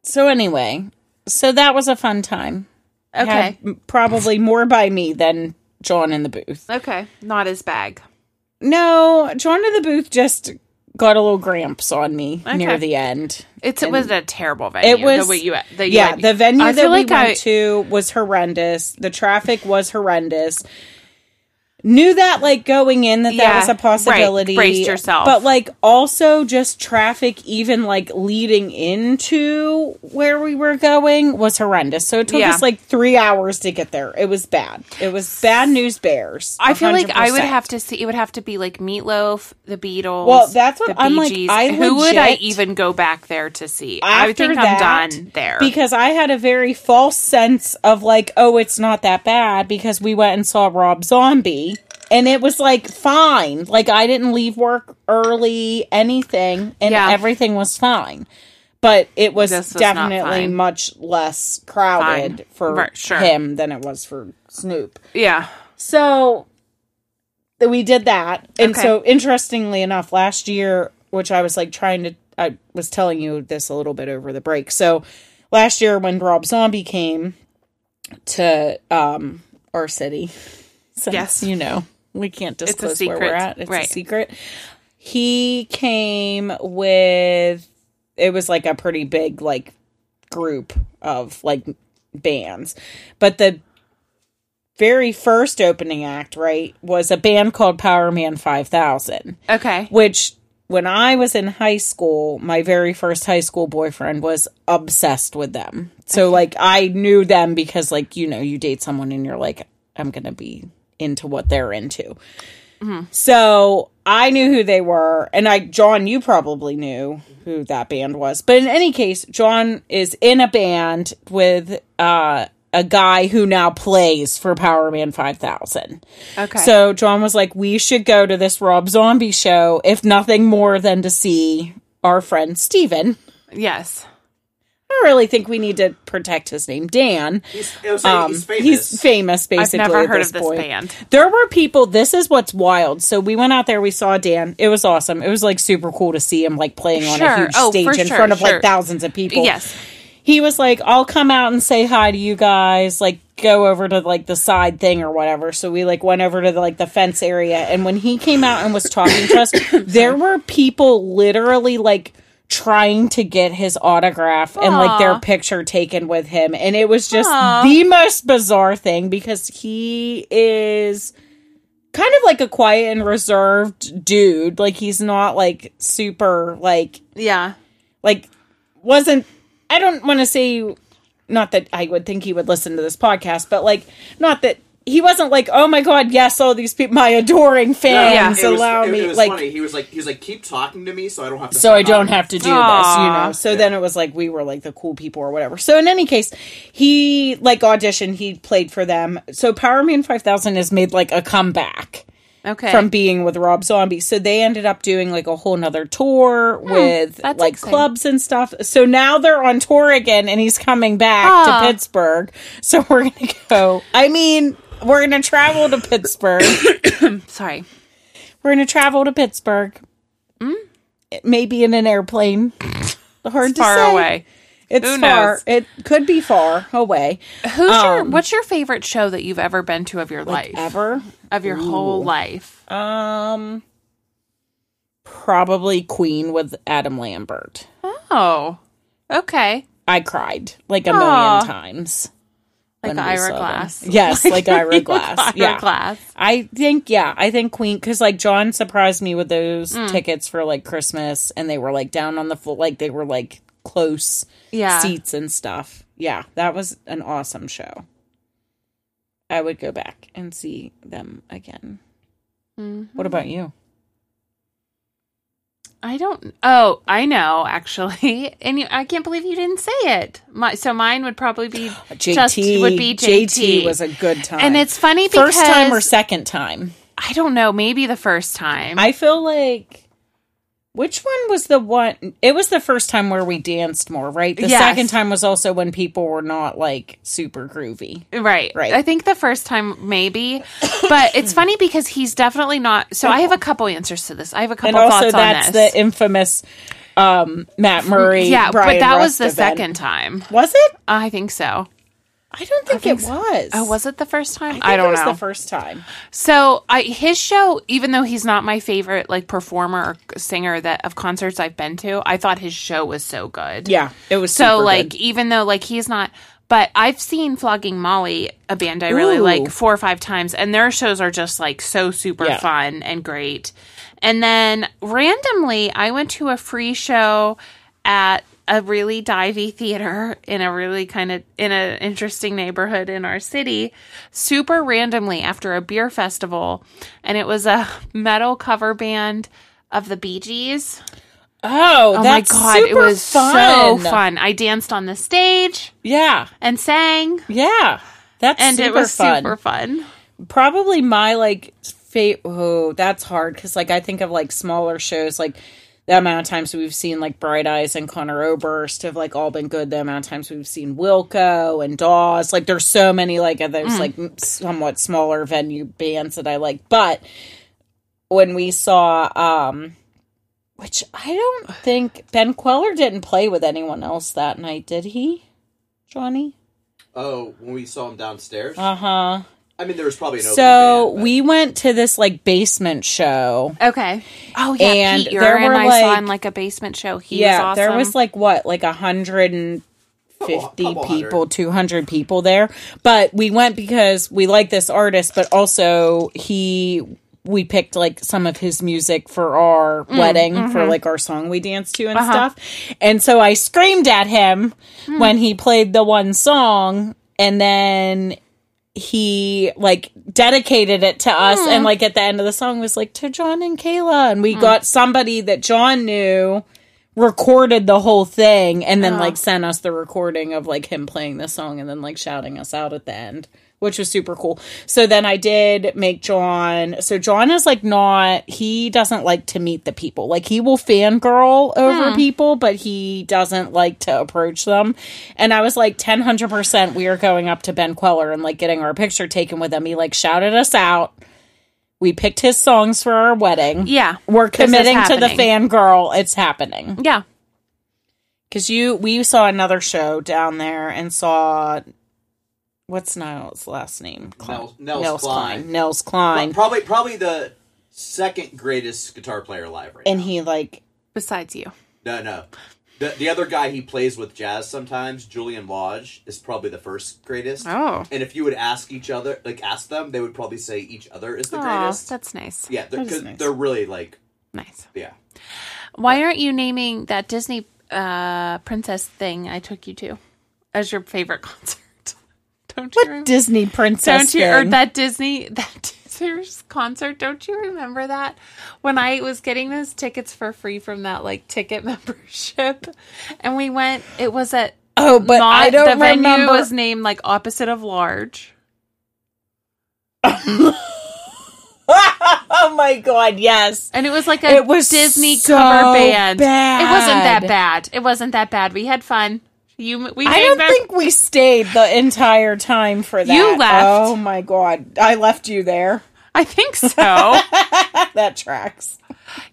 So anyway, so that was a fun time. Okay. Had m- probably more by me than John in the booth. Okay. Not his bag. No, John in the booth just got a little gramps on me near Okay. the end. It's it was a terrible venue. It was the way you, the yeah, the venue I that feel we like went I- to was horrendous. The traffic was horrendous. knew that like going in that that Yeah, was a right. possibility. Braced yourself. but like also just traffic, even like leading into where we were going, was horrendous. So it took Yeah. us like three hours to get there. It was bad. It was bad news bears. I feel like I would 100%. have to see. It would have to be like Meatloaf, the Beatles. Well, that's what the I'm like, I Who would I legit- even go back there to see? I After think that, I'm done there. because I had a very false sense of like, oh, it's not that bad because we went and saw Rob Zombie and it was like fine. Like I didn't leave work early, anything, and Yeah. everything was fine. But it was, This was not definitely fine. much less crowded Fine. for Right, sure. him than it was for Snoop. yeah, So th- we did that. And Okay. so interestingly enough, last year, which I was like trying to I was telling you this a little bit over the break. So last year when Rob Zombie came to um our city, since Yes. you know, we can't a disclose where we're secret. at. It's a Right. secret. He came with it was like a pretty big like group of like bands. But the very first opening act, right, was a band called Power Man 5000, okay, which when I was in high school, my very first high school boyfriend was obsessed with them. So, like, I knew them because, like, you know, you date someone and you're like, I'm going to be into what they're into. So I knew who they were, and I John, you probably knew who that band was. But in any case, John is in a band with uh, a guy who now plays for Power Man Five Thousand. okay. So John was like, "We should go to this Rob Zombie show, if nothing more than to see our friend Steven. yes, I don't really think we need to protect his name, Dan. He's, I was saying, Um, he's famous. famous, basically. I've never at heard this of this point. band. There were people. This is what's wild. So we went out there. We saw Dan. It was awesome. It was like super cool to see him like playing on a Sure. huge Oh, stage for in sure, front of like sure. thousands of people. Yes, He was like, "I'll come out and say hi to you guys. Like, go over to like the side thing or whatever." So we like went over to the, like the fence area, and when he came out and was talking to us, there were people literally like trying to get his autograph and like their Aw. picture taken with him and it was just Aw. the most bizarre thing because he is kind of like a quiet and reserved dude. Like he's not like super like yeah, like wasn't I don't want to say not that I would think he would listen to this podcast, but like not that he wasn't like, "Oh my god, yes, all these people my adoring fans It was- allow it- me." It was like funny. He was like, he was like, keep talking to me, so I don't have to. so I shut don't up." have to do this, you Aw. know. So then it was like we were like the cool people or whatever. So in any case, he like auditioned, he played for them. So Power Man 5000 has made like a comeback okay. from being with Rob Zombie. So they ended up doing like a whole nother tour with Hmm, that's like exciting. clubs and stuff. So now they're on tour again and he's coming back to Aw. Pittsburgh. So we're going to go. I mean, we're going to travel to Pittsburgh. Sorry. we're going to travel to Pittsburgh. Hmm? It may be in an airplane. Hard to far say. away. It's Who far. knows? It could be far away. Who's your what's your favorite show that you've ever been to of your life? um, Ever. Of your whole life. Um, probably Queen with Adam Lambert. Oh. Okay. I cried like a Aw. million times. Like when we Ira saw them. Glass. Yes, like Ira Glass. Ira yeah. Glass. I think, yeah, I think Queen, because like John surprised me with those Mm. tickets for like Christmas and they were like down on the floor, like they were like close Yeah. seats and stuff. Yeah, that was an awesome show. I would go back and see them again. Mm-hmm. What about you? I don't. Oh, I know actually, and you, I can't believe you didn't say it. My, so mine would probably be JT just would be JT. was a good time. and it's funny because first time or second time. I don't know, maybe the first time. I feel like which one was the one? It was the first time where we danced more, right? The Yes. second time was also when people were not like super groovy. Right. Right. I think the first time maybe, but it's funny because he's definitely not. So I have a couple answers to this. I have a couple And thoughts also, on that's this. the infamous um, Matt Murray. yeah, Brian but that was Rust the event. second time. Was it? I think so. I don't think, it was. Oh, was it the first I, time? I, think don't it was know. the first time. So I his show, even though he's not my favorite like performer or singer that of concerts I've been to, I thought his show was so good. Yeah, it was So super like good. even though like he's not But I've seen Flogging Molly, a band I really Ooh. like, four or five times, and their shows are just like so super Yeah. fun and great. And then randomly, I went to a free show at a really divey theater in a really kind of in an interesting neighborhood in our city, super randomly after a beer festival, and it was a metal cover band of the Bee Gees. Oh, Oh that's my god, it super was fun. so fun. I danced on the stage Yeah, and sang yeah, that's and super it was fun. super fun. Probably my like fate. Oh, that's hard because like I think of like smaller shows like. The amount of times we've seen like Bright Eyes and Connor Oberst have like all been good. The amount of times we've seen Wilco and Dawes, like there's so many like of those like somewhat smaller venue bands that I like. But when we saw um which I don't think Ben Queller didn't play with anyone else that night, did he? Johnny? Oh, when we saw him downstairs. Uh-huh. I mean, there was probably an open So band, but- we went to this like basement show. Okay. Oh yeah, And Pete there Urin were, I saw like- in like a basement show. He yeah, was awesome. there was like what, like a hundred and fifty Couple- couple hundred. people, two hundred people there. But we went because we like this artist, but also he we picked like some of his music for our Mm, wedding mm-hmm. for like our song we danced to and Uh-huh. stuff. And so I screamed at him Mm. when he played the one song and then he like dedicated it to us Mm. and like at the end of the song was like to John and Kayla and we got somebody that John knew recorded the whole thing and Uh-huh. then like sent us the recording of like him playing the song and then like shouting us out at the end which was super cool so then i did make john so john is like not he doesn't like to meet the people like he will fangirl over Hmm. people but he doesn't like to approach them and i was like 1000% we are going up to ben queller and like getting our picture taken with him he like shouted us out we picked his songs for our wedding Yeah. we're This is committing to the happening. fangirl it's happening Yeah. Cause you, we saw another show down there and saw what's Niles' last name? Nels- Nels Klein. Nels Pro- Klein. probably probably the second greatest guitar player alive right And now. he like, Besides you. No, no. The, the other guy he plays with jazz sometimes, Julian Lodge, is probably the first greatest. Oh. And if you would ask each other, like ask them, they would probably say each other is the Oh, greatest. that's nice. Yeah, that is because nice. they're really like, Nice. yeah. Why aren't you naming that Disney uh, princess thing I took you to as your favorite concert? Don't you remember? Disney princess. Don't you or thing. that Disney that Disney's concert? Don't you remember that when I was getting those tickets for free from that like ticket membership, and we went. It was at oh, but not, I the don't venue remember. was named like opposite of large. oh my god, yes. And it was like a It was Disney so cover band. It wasn't bad. that bad. It wasn't that bad. We had fun. You we I came don't back- think we stayed the entire time for that. left. Oh my god, I left you there. I think so. That tracks.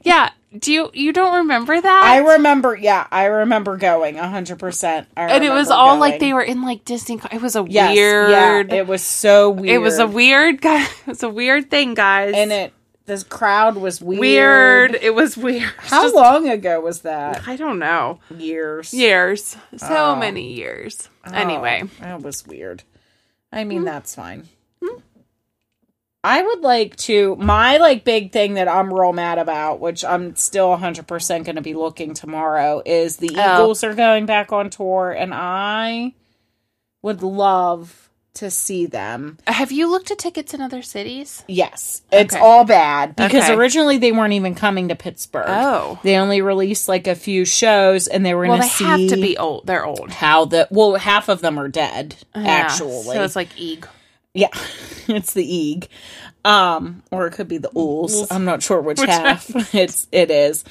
yeah. Do you you don't remember that? I remember. Yeah, I remember going hundred percent. and it was all like they were in like Disney. co- It was a Yes, weird. Yeah, it was so weird. It was a weird guy. It was a weird thing, guys. and it the crowd was weird. weird. It was weird. How Just- long ago was that? I don't know. Oh. Years. Years. So many years. Anyway. Hmm. Oh, that was weird. I mean, that's fine. I would like to my like big thing that I'm real mad about, which I'm still 100% going to be looking tomorrow is the Oh. Eagles are going back on tour and I would love to see them. Have you looked at tickets in other cities? Yes, it's Okay. all bad because Okay. originally they weren't even coming to Pittsburgh. Oh. they only released like a few shows, and they were Well, going they to see have to be old. They're old. how the well half of them are dead Yeah. actually. So it's like eeg. yeah, it's the eeg, um, or it could be the ools. I'm not sure which, half it's it is.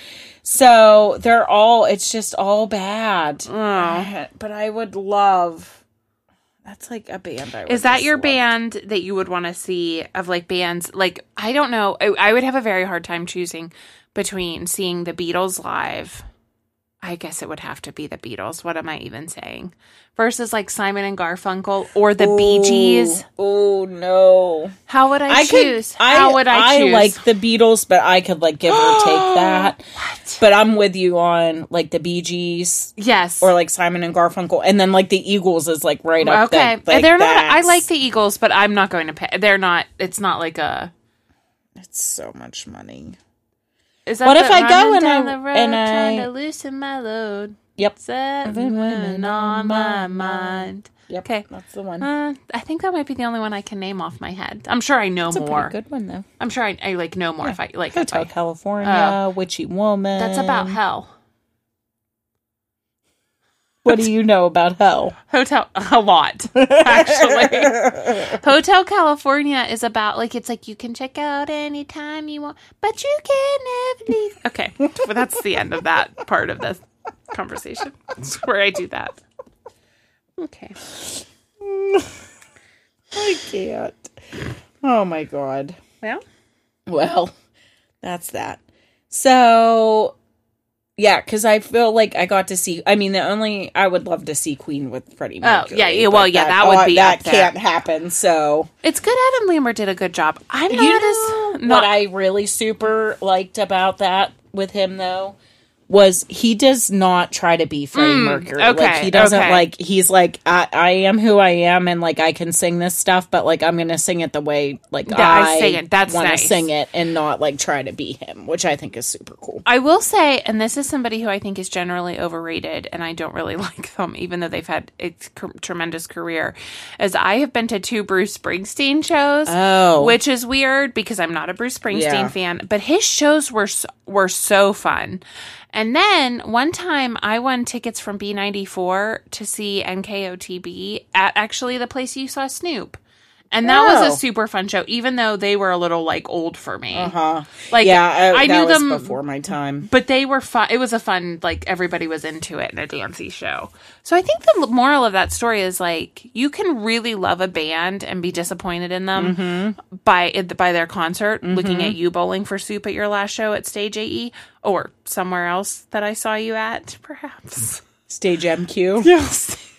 So they're all it's just all bad. Mm. Oh. But I would love. That's like a band. I would Is that just your love. band that you would want to see of like bands? Like, I don't know. I, I would have a very hard time choosing between seeing the Beatles live I guess it would have to be the Beatles. What am I even saying? Versus like Simon and Garfunkel or the Bee Gees. Oh no! How would I, I could. choose? I, How would I, choose? like the Beatles, but I could like give or take that. But I'm with you on like the Bee Gees yes. or like Simon and Garfunkel, and then like the Eagles is like right up. okay. there. Like, they're not. I that's- like the Eagles, but I'm not going to pay. They're not. It's not like a. It's so much money. Is that What if the I go running and down I- the road and trying I- to loosen my load? Yep. Seven women on my mind. Yep. Okay. That's the one. Uh, I think that might be the only one I can name off my head. I'm sure I know That's a more. pretty good one though. I'm sure I, I like know more if I like. if Hotel I- California, Witchy Woman. Oh. that's about hell. What do you know about hell? Hotel a lot actually. Hotel California is about like it's like you can check out anytime you want, but you can never leave. Okay, well, that's the end of that part of this conversation. That's where I do that. Okay. I can't. Oh my god. Well, Well, that's that. So, yeah, because I feel like I got to see. I mean, the only I would love to see Queen with Freddie. Mercury, Oh, yeah, yeah, but well, yeah, that would uh, be that up there. can't happen. So, it's good Adam Lammer did a good job. I'm not you know as not what I really super liked about that with him though was he does not try to be Freddie Mercury. like Hmm, okay, he doesn't okay. like he's like I, I am who I am and like I can sing this stuff, but like I'm gonna sing it the way like I I, sing it. That's wanna nice. sing it and not like try to be him, which I think is super cool. I will say, and this is somebody who I think is generally overrated, and I don't really like them, even though they've had a c- tremendous career. As I have been to two Bruce Springsteen shows, Oh. which is weird because I'm not a Bruce Springsteen Yeah. fan, but his shows were so, were so fun. And then one time, I won tickets from B94 to see NKOTB at actually the place you saw Snoop. And that was Oh. a super fun show, even though they were a little like old for me. Huh. Uh-huh. Like yeah, I, I that knew was them before my time. but they were fun. It was a fun, like everybody was into it in a dancey show. So I think the l- moral of that story is like you can really love a band and be disappointed in them by it- by their concert. Looking at you bowling for soup at your last show at Stage AE or somewhere else that I saw you at, perhaps. Stage MQ. Yes.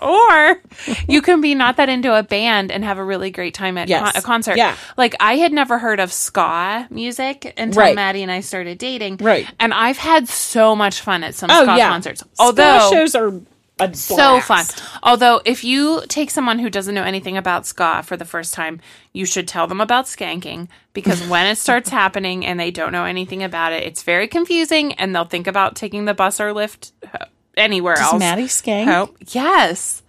or you can be not that into a band and have a really great time at Yes. con- a concert. Yeah. Like I had never heard of ska music until Right. Maddie and I started dating. Right. And I've had so much fun at some Oh ska yeah, concerts. Ska Although shows are a so fun. blast. Although, if you take someone who doesn't know anything about ska for the first time, you should tell them about skanking because when it starts happening and they don't know anything about it, it's very confusing and they'll think about taking the bus or lift anywhere else. Maddie skank? Oh, yes.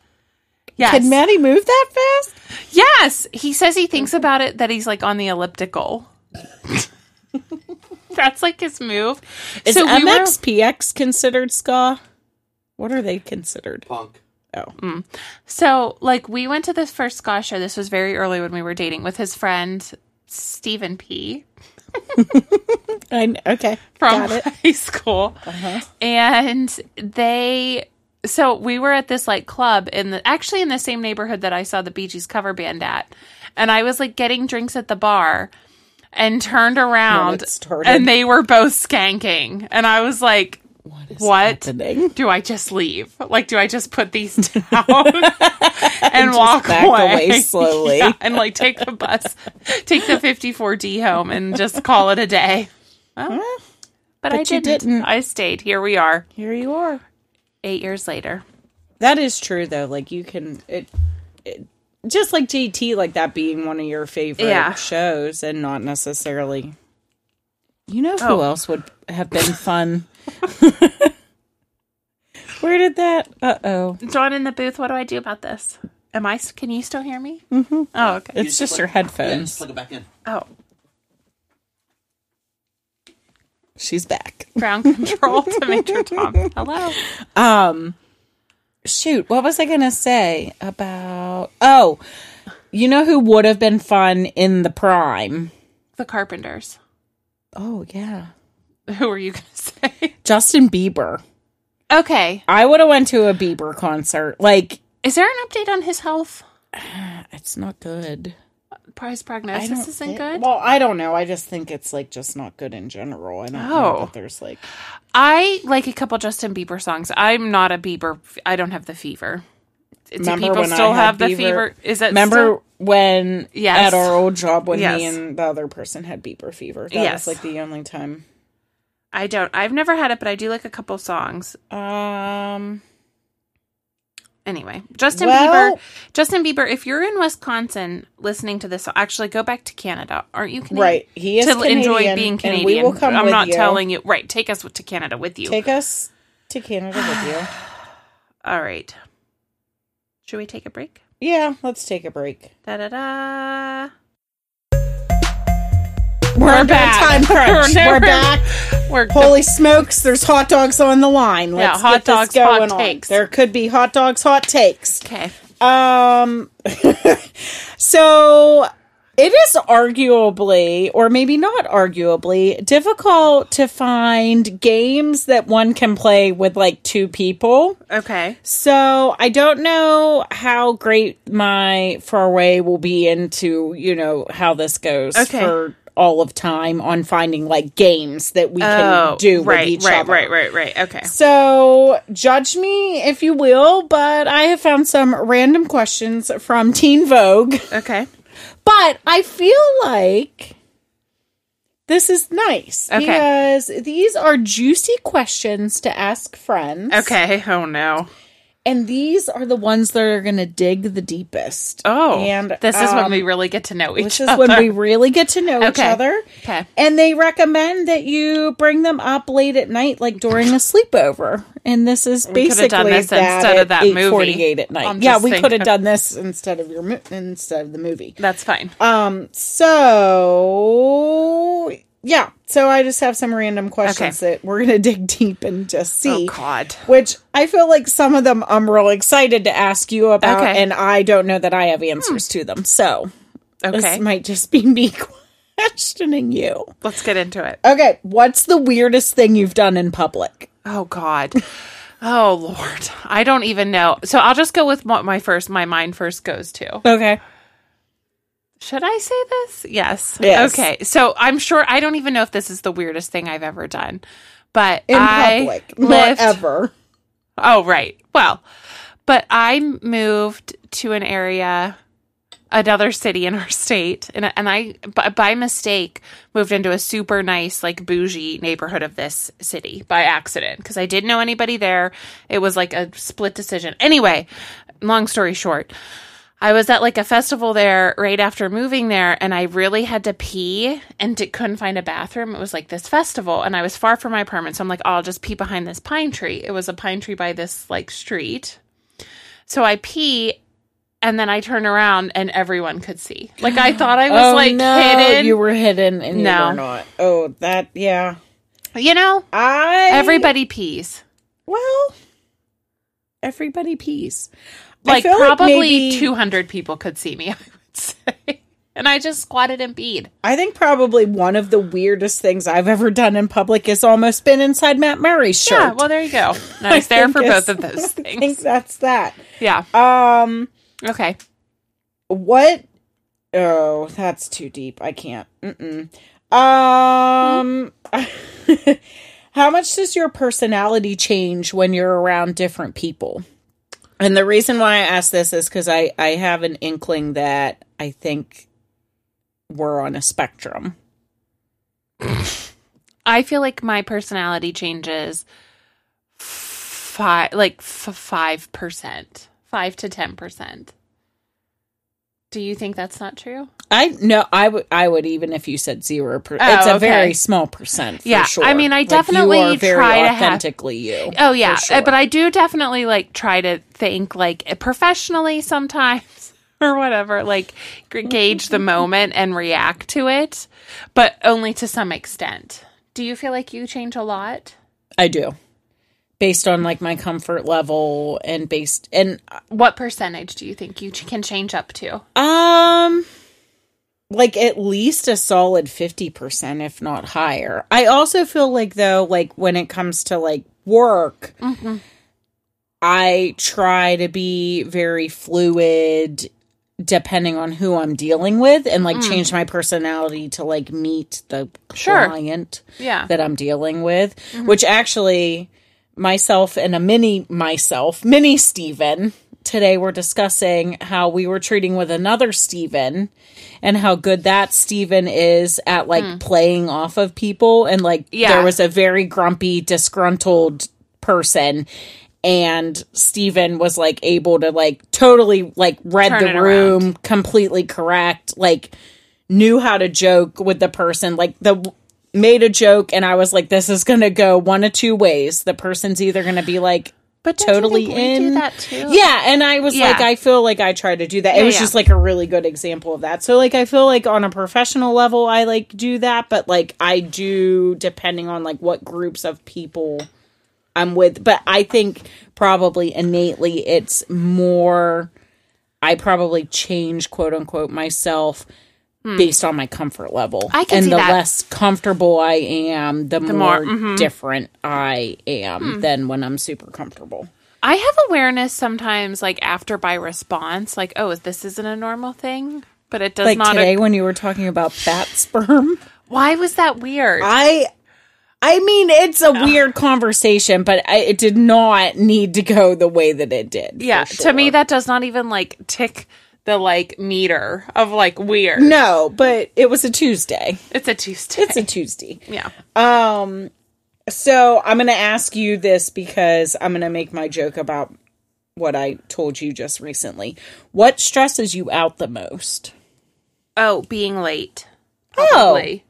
Yes. Can Maddie move that fast? yes. He says he thinks about it that he's like on the elliptical. That's like his move. Is we were- MXPX considered ska? What are they considered? Punk. Oh, So, like, we went to this first ska show. This was very early when we were dating with his friend Stephen P. I kn- okay. from Got it. Uh-huh. high school. And they, so we were at this like club in the, actually in the same neighborhood that I saw the Bee Gees cover band at. And I was like getting drinks at the bar and turned around it started. and they were both skanking. And I was like, what? Happening. do I just leave? Like, do I just put these down and walk back away, away slowly. Yeah, and like take the bus, take the 54D home, and just call it a day? Well, but, I but you didn't. didn't. I stayed. Here we are, Here you are. eight years later. That is true though. Like you can it, it just like JT like that being one of your favorite Yeah. shows and not necessarily You know who Oh. else would have been fun? Where did that? Uh oh. John in the booth. What do I do about this? Am I? Can you still hear me? Mm-hmm. Oh, okay. It's just her Yeah, just headphones. plug it back in. Oh, She's back. ground control to Major Tom. Hello. Um, shoot, what was I gonna say about? Oh, you know who would have been fun in the prime? The Carpenters. Oh yeah, Who are you going to say? Justin Bieber. Okay. I would have went to a Bieber concert. Like Is there an update on his health? it's not good. surprise I prognosis don't isn't thi- good. Well, I don't know. I just think it's like just not good in general. I don't know Oh. that there's like I like a couple Justin Bieber songs. I'm not a Bieber. I don't have the fever. Do Remember people when I still had have the Bieber? fever? Is that remember still- when Yes. at our old job when Yes. me and the other person had beeper fever. That Yes. was like the only time. I don't. I've never had it, but I do like a couple songs. Um Anyway, Justin Well- Bieber. Justin Bieber. If you're in Wisconsin listening to this, actually go back to Canada. Aren't you Canadian? right. He is to Canadian, enjoy being Canadian. And we will come I'm with not you. telling you. Right. Take us to Canada with you. Take us to Canada with All right. Should we take a break? you. Yeah, let's take a break. Da da da. We're, under Time back. crunch. We're We're, never- back. We're Holy smokes! There's hot dogs on the line. Let's get hot this dogs, hot going on. takes. There could be hot dogs, hot takes. okay. Um, so it is arguably, or maybe not arguably, difficult to find games that one can play with like two people. Okay. So I don't know how great my far away will be into, you know, how this goes Okay. for all of time on finding like games that we Oh, can do right, with each right, other. right, right, right. Okay. So, judge me if you will, but I have found some random questions from Teen Vogue. Okay. But I feel like this is nice Okay. because these are juicy questions to ask friends. Okay. Oh no. And these are the ones that are going to dig the deepest. Oh. and this is when um, we really get to know each This is other. when we really get to know each Okay. other. Okay. And they recommend that you bring them up late at night, like during a sleepover. And this is could have basically done this that instead at of that movie. 8:48 at night. I'm yeah, just we could have thinking. done this instead of your mo- instead of the movie. That's fine. Um. So yeah. So I just have some random questions that we're gonna dig deep and just see. Oh God. Which I feel like some of them I'm real excited to ask you about, Okay. and I don't know that I have answers to them. So Okay. this might just be me questioning you. Let's get into it. Okay, what's the weirdest thing you've done in public? Oh God. Oh Lord. I don't even know. So I'll just go with what my first my mind first goes to. Okay. Should I say this? Yes. Yes. Okay. So I'm sure I don't even know if this is the weirdest thing I've ever done. But In I public. lived- Not ever. Oh, right. Well, but I moved to an area, another city in our state, and and I by, by mistake moved into a super nice like bougie neighborhood of this city by accident because I didn't know anybody there. It was like a split decision. Anyway, long story short. I was at like a festival there right after moving there, and I really had to pee and d- couldn't find a bathroom. It was like this festival, and I was far from my apartment, so I'm like, oh, I'll just pee behind this pine tree. It was a pine tree by this like street, so I pee, and then I turn around, and everyone could see. Like I thought I was like hidden, Oh, You you, were hidden and you No. were not. Oh, that yeah. know. I Everybody pees. well everybody pees. I Like feel probably maybe- 200 people could see me. I would say, and I just squatted and peed. I think probably one of the weirdest things I've ever done in public has almost been inside Matt Murray's shirt. Yeah, well, there you go. Nice there think for it's- both of those I think things. that's that. Yeah. Um Okay. what oh that's too deep i can't Mm-mm. um how much does your personality change when you're around different people and the reason why i ask this is because i i have an inkling that i think we're on a spectrum I feel like my personality changes five, like five percent, five to ten percent. Do you think that's not true? i no i would i would even if you said zero per- Oh, it's a okay. very small percent for Yeah, I sure. mean, I Like, definitely you are very try to have- authentically you Oh yeah, for sure. Uh, but I do definitely like try to think like professionally sometimes or whatever, like g- gauge the moment and react to it, but only to some extent. Do you feel like you change a lot? I do. Based on like my comfort level and based and What percentage do you think you ch- can change up to? um like at least a solid 50% if not higher. I also feel like though like when it comes to like work I try to be very fluid depending on who I'm dealing with and like change my personality to like meet the Sure. client Yeah. Mm-hmm. that I'm dealing with, which actually myself and a mini myself, mini Steven, today we're discussing how we were treating with another Steven and how good that Steven is at like playing off of people and like Hmm. Yeah. there was a very grumpy, disgruntled person and Steven was like able to like totally like read Turn it the room completely correct, like knew how to joke with the person, like the made a joke and I was like this is going to go one of two ways. The person's either going to be like But don't you totally think we in do that too. yeah, and I was Yeah. like, I feel like I try to do that. Yeah, it was yeah. just like a really good example of that. So like, I feel like on a professional level, I like do that, but like I do depending on like what groups of people I'm with. But I think probably innately it's more. I probably change quote unquote myself. Based on my comfort level, Hmm. I can and see the that. less comfortable I am, the, more- mm-hmm. Hmm. more, different I am than when I'm super comfortable. I have awareness sometimes, like after by response, like, oh, this isn't a normal thing, but it does like not. today when you were talking about bat sperm. Why was that weird? I I mean it's a weird conversation, but I, it did not need to go the way that it did. for yeah, sure. to me that does not even like tick the like meter of like weird. No, but it was a Tuesday. It's a Tuesday. It's a Tuesday. Um, yeah. So I'm going to ask you this because I'm going to make my joke about what I told you just recently. What stresses you out the most? Oh, being late. Oh. Probably.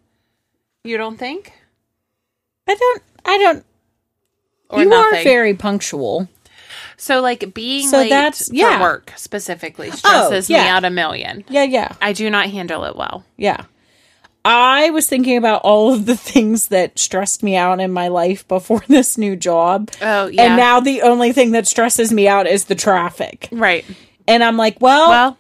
You don't think? Oh, I don't. I don't. Or you nothing. are very punctual. so like being So late that's- for yeah. Oh, work specifically stresses me yeah. out a million. Yeah, yeah. I do not handle it well. Yeah. I was thinking about all of the things that stressed me out in my life before this new job. Oh, yeah. And now the only thing that stresses me out is the traffic. Right. And I'm like, well, Well,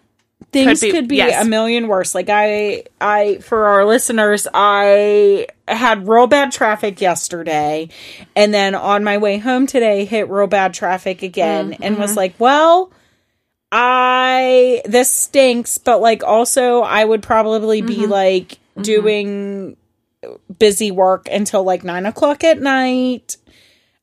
things could could be- be, yes. a million worse. Like I I for our listeners, I had real bad traffic yesterday and then on my way home today hit real bad traffic again and Mm-hmm. was like, well, I this stinks, but like also I would probably be Mm-hmm. like doing busy work until like nine o'clock at night.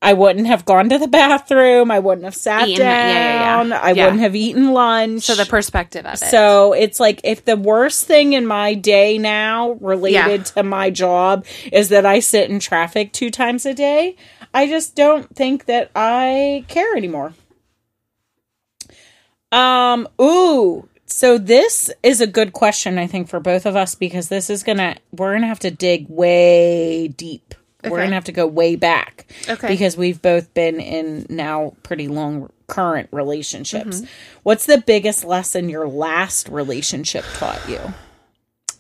I wouldn't have gone to the bathroom. I wouldn't have sat Eaten- yeah, down. yeah, yeah. I Yeah. wouldn't have eaten lunch. so the perspective of it. So it's like if the worst thing in my day now related to my job is that I sit in traffic two times a day, I just don't think that I care anymore. Um, ooh. So this is a good question, I think, for both of us because this is gonna we're gonna have to dig way deep. We're Okay. gonna have to go way back. Okay. Because we've both been in now pretty long current relationships. Mm-hmm. What's the biggest lesson your last relationship taught you?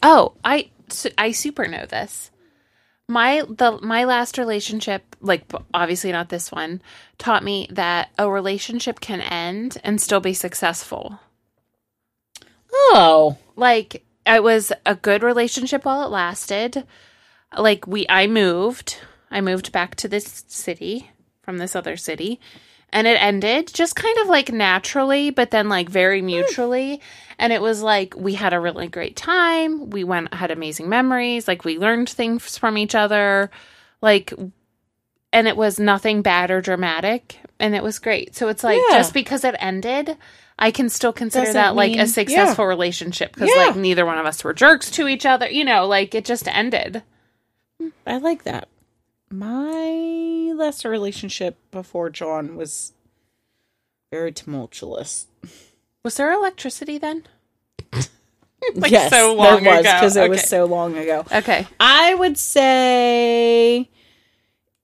Oh, I su- I super know this. My the my last relationship, like b- obviously not this one, taught me that a relationship can end and still be successful. Oh. Like it was a good relationship while it lasted. Like we I moved. I moved back to this city from this other city and it ended just kind of like naturally but then like very Hmm. mutually and it was like we had a really great time we went had amazing memories like we learned things from each other like and it was nothing bad or dramatic and it was great so it's like Yeah. just because it ended i can still consider Doesn't that like mean- a yeah. successful relationship 'cause relationship because Yeah. like neither one of us were jerks to each other you know like it just ended I like that. My last relationship before John was very tumultuous. was there electricity then yes, so there long was ago. because it Okay. was so long ago. okay I would say,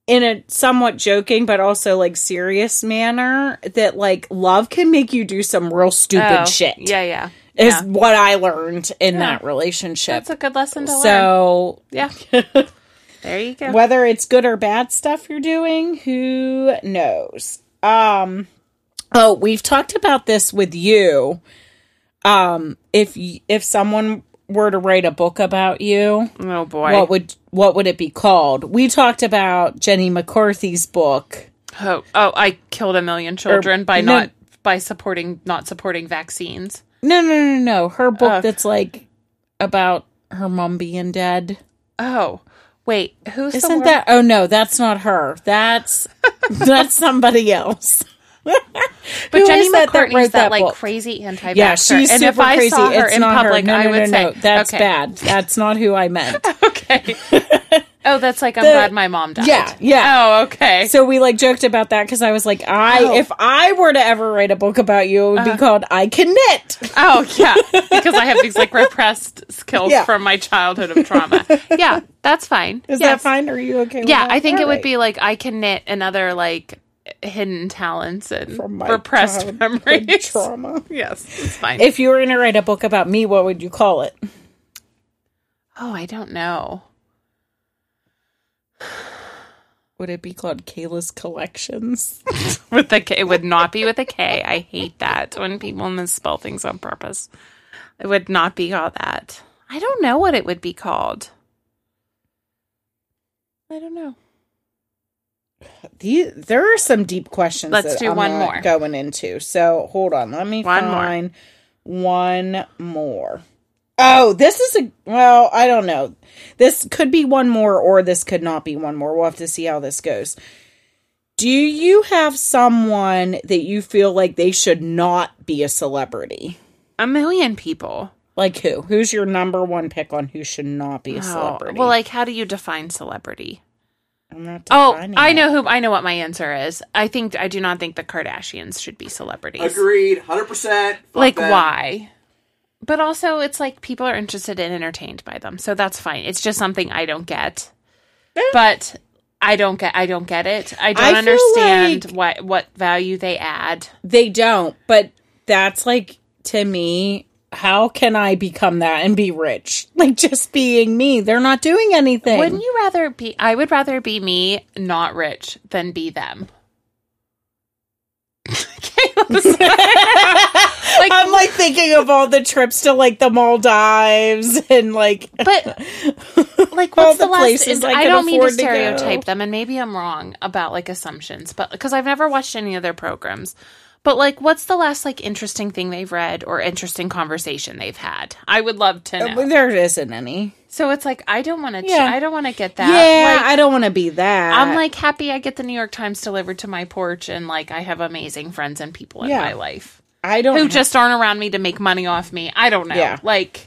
in a somewhat joking but also like serious manner, that like love can make you do some real stupid Oh, shit. yeah yeah is yeah. what I learned in that relationship. that's a good lesson to learn so yeah there you go whether it's good or bad stuff you're doing, who knows? Um oh, we've talked about this with you. Um if y- if someone were to write a book about you, oh boy what would what would it be called? We talked about Jenny McCarthy's book. Oh, oh, I killed a million children by Er, no- not by supporting not supporting vaccines. No, no, no, no. Her book Ugh. that's like about her mom being dead. Oh, wait. Who's the Isn't wor- that? Oh no, that's not her. That's that's somebody else. But Who Jenny is that that McCartney's wrote that, that like book? crazy anti-vaxxer. Yeah, she's and super if I crazy. saw her it's in not her. public, No, I no, would no, say no. That's okay. bad. That's not who I meant. Okay. oh, that's like I'm glad my mom died. Yeah, yeah. Oh, okay. So we like joked about that because I was like, I Oh. Uh-huh. if I were to ever write a book about you, it would be called "I Can Knit." Oh, yeah. Because I have these like repressed skills Yeah. from my childhood of trauma. Yeah, that's fine. Is that Yes. fine? Are you okay? with Yeah, that? I think All it would right. be like I can knit and other like hidden talents and From my repressed childhood memories. trauma. Yes, it's fine. If you were going to write a book about me, what would you call it? oh, I don't know. Would it be called Kayla's Collections? With the K, it would not be with a K. I hate that when people misspell things on purpose. It would not be called that. I don't know what it would be called. I don't know. The- there are some deep questions. Let's that do I'm one not more. going into. So hold on, let me One more. find one more. Oh, this is a well. I don't know. This could be one more, or this could not be one more. We'll have to see how this goes. Do you have someone that you feel like they should not be a celebrity? A million people. Like who? Who's your number one pick on who should not be a Oh, celebrity? well, like, how do you define celebrity? I'm not Oh, defining I it. know who. I know what my answer is. I think I do not think the Kardashians should be celebrities. Agreed, hundred percent. Like, why? But also, it's like people are interested and entertained by them, so that's fine. It's just something I don't get. But I don't get. I don't get it. I don't I feel understand like- what what value they add. They don't, but that's like to me, how can I become that and be rich? Like just being me. They're not doing anything. Wouldn't you rather be? I would rather be me, not rich, than be them. Caleb's like, I'm like thinking of all the trips to like the Maldives and like but like All what's the the, last places is, I I, could don't mean to afford to go. stereotype them and maybe I'm wrong about like assumptions but because I've never watched any of their programs but like what's the last like interesting thing they've read or interesting conversation they've had I would love to know there isn't any. so it's like I don't want to Uh, Yeah. I don't want to get that yeah, like, I don't want to be that. I'm like happy I get the New York Times delivered to my porch and like I have amazing friends and people in Yeah. my life I don't. who have- just aren't around me to make money off me I don't know Yeah. like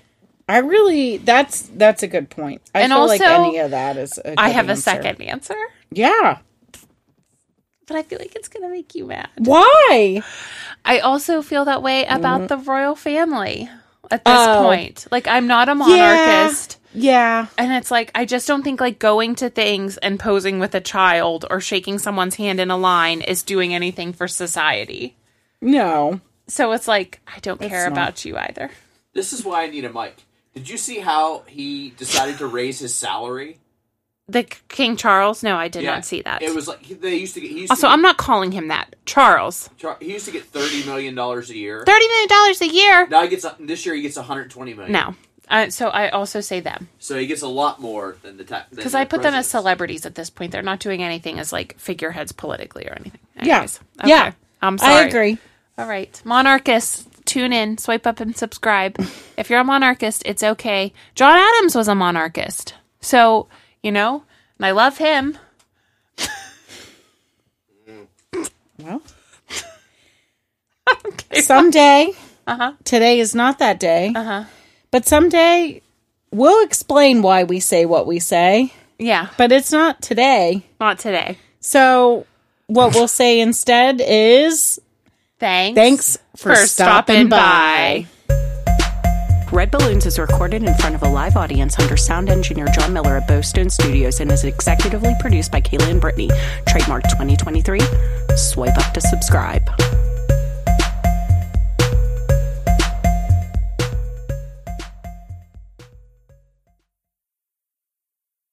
I really. That's that's a good point. I And feel like also, any of that is. A I good have a answer. second answer Yeah. but I feel like it's gonna make you mad. Why? I also feel that way about the royal family at this Mm-hmm. Oh. point. Like I'm not a Yeah. monarchist. Yeah. And it's like I just don't think like going to things and posing with a child or shaking someone's hand in a line is doing anything for society. No. So it's like I don't care not. about you either. This is why I need a mic. Did you see how he decided to raise his salary? The K- King Charles? No, I did Yeah. not see that. It was like he- they used to get. He used also, to I'm not calling him that. Charles. get, Char- he used to get thirty million dollars a $30 year. million a year. Now he gets a- this year he gets one hundred twenty million. No. Uh, so I also say them. So he gets a lot more than the tax. Because I put them as celebrities at this point. They're not doing anything as like figureheads politically or anything. Yeah. Anyways, okay. Yeah. I'm sorry. I agree. All right. Monarchists, tune in, swipe up and subscribe. if you're a monarchist, it's okay. John Adams was a monarchist. So, you know, and I love him. Well, someday, Uh-huh. today is not that day, uh-huh. but someday we'll explain why we say what we say, Yeah. but it's not today. Not today. So, what we'll say instead is Thanks. thanks for, stopping, by. Red Balloons is recorded in front of a live audience under sound engineer John Miller at Bowstone Studios and is executively produced by Kayla and Brittany. Trademark 2023. Swipe up to subscribe.